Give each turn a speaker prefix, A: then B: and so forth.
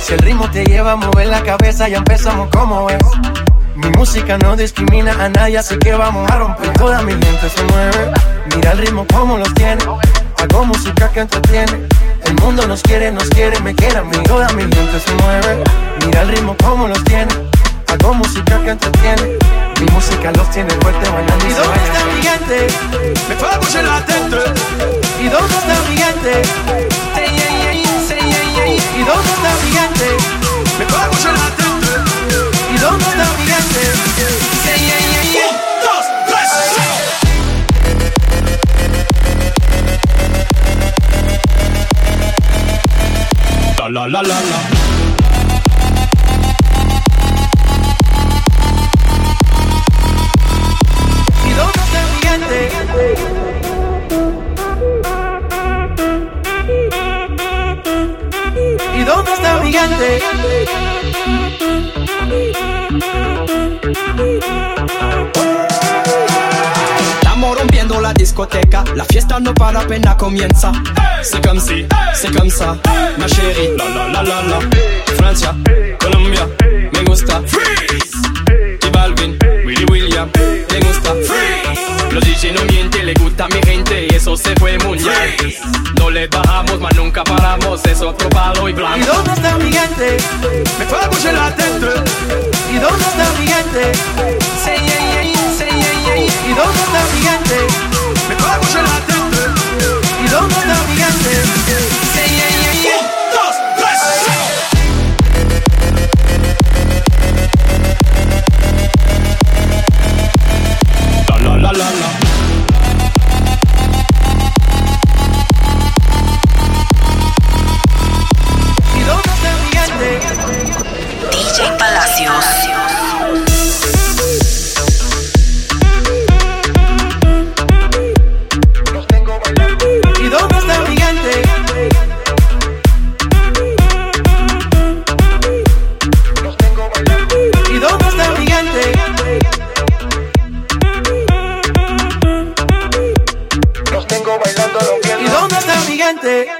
A: Si el ritmo te lleva a mover la cabeza, ya empezamos como es. Mi música no discrimina a nadie, así que vamos a romper. Toda mi gente se mueve. Mira el ritmo como los tiene. Hago música que entretiene. El mundo nos quiere, nos quiere, me quiere a mí. Toda mi gente se mueve. Mira el ritmo como los tiene. Hago música que entretiene. Mi música los tiene fuerte bailando y
B: ¿Y
A: se
B: dónde
A: baila.
B: está mi gente? Me puedo poner la gente. ¿Y dónde está mi gente? Say, yeah, yeah, yeah, say, yeah, yeah, yeah. ¿Y dónde está mi gente? Me puedo poner la gente. ¿Y dónde está mi gente? Say, yeah, yeah, yeah. Un, dos, tres, sí.
C: La la la la la.
B: ¿Y dónde está mi gente? ¿Y dónde está mi gente?
D: Estamos rompiendo la discoteca, la fiesta no para apenas comienza. C'est comme si, c'est comme ça, ma chérie. La la la la la. Francia, Colombia, me gusta. Freeze. Y Balvin, Willy William, me gusta. Freeze. Los DJ no mienten, le gusta a mi gente y eso se fue muy bien. No le bajamos, mas nunca paramos, es otro palo y
B: ¿Y
D: blanco.
B: dónde está mi gente? Me puedo poner la gente. ¿Y dónde está mi gente? Say, yeah, yeah, yeah, say, yeah, yeah, yeah. ¿Y dónde está mi gente? Me puedo poner la gente. ¿Y dónde está mi gente? Say, yeah, yeah, yeah. Un, dos, tres, sí.
C: La la la la la.
B: ¿Y dónde está mi gente?
E: DJ Palacios.
B: ¿Y dónde está mi gente? ¿Y dónde está mi gente?
A: Los tengo bailando, rompiendo.
B: ¿Y dónde está mi gente?